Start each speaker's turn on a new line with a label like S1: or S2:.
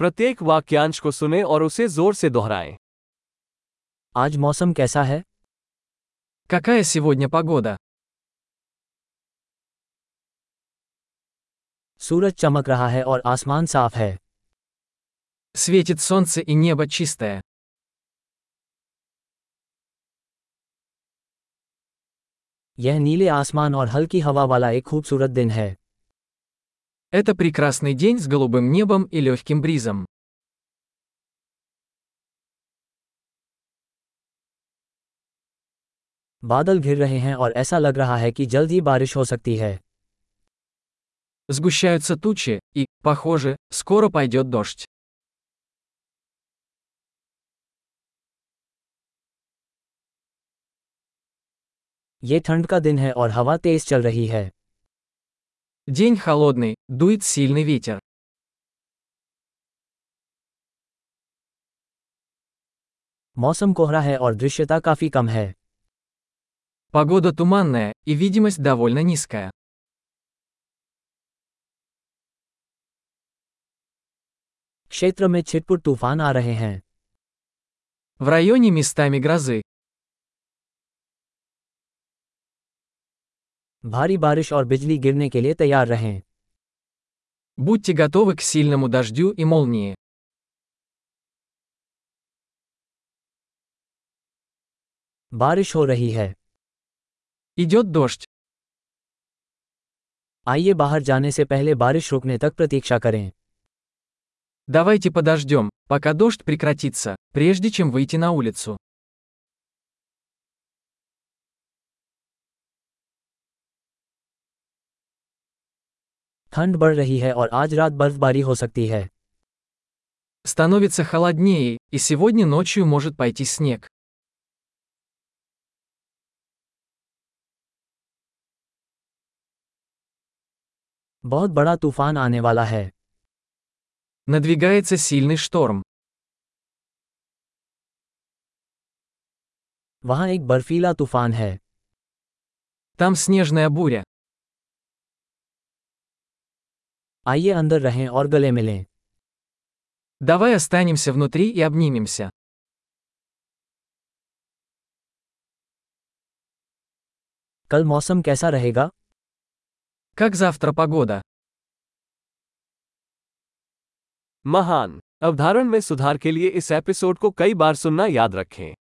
S1: प्रत्येक वाक्यांश को सुने और उसे जोर से दोहराएं
S2: आज मौसम कैसा है
S3: Какая сегодня погода?
S2: सूरज चमक रहा है और आसमान साफ है
S3: Светит солнце и небо чистое.
S2: यह नीले आसमान और हल्की हवा वाला एक खूबसूरत दिन है
S3: Это прекрасный день с голубым небом и легким бризом.
S2: बादल घिर रहे हैं और ऐसा लग रहा है कि जल्द ही बारिश हो सकती है
S3: Сгущаются тучи, и, похоже, скоро пойдет дождь.
S2: ये ठंड का दिन है और हवा तेज चल रही है
S3: День холодный, дует сильный ветер.
S2: मौसम कोहरा है और दृश्यता काफी कम है
S3: Погода туманная, и видимость довольно низкая.
S2: क्षेत्र में छिटपुट तूफान आ रहे हैं
S3: В районе местами грозы.
S2: भारी बारिश और बिजली गिरने के लिए तैयार रहें
S3: Будьте готовы к сильному дождю и молнии.
S2: बारिश हो रही है
S3: Идет дождь.
S2: आइए बाहर जाने से पहले बारिश रुकने तक प्रतीक्षा करें
S3: Давайте подождем, пока дождь прекратится, прежде чем выйти на улицу.
S2: ठंड बढ़ रही है और आज रात बर्फबारी हो सकती है
S3: Становится холоднее, и сегодня ночью может пойти снег.
S2: बहुत बड़ा तूफान आने वाला है
S3: Надвигается сильный шторм.
S2: वहाँ एक बर्फीला तूफान है
S3: Там снежная буря.
S2: आइए अंदर रहें और गले मिलें
S3: Давай останемся внутри и обнимемся.
S2: कल मौसम कैसा रहेगा
S3: Как завтра погода?
S1: महान अवधारण में सुधार के लिए इस एपिसोड को कई बार सुनना याद रखें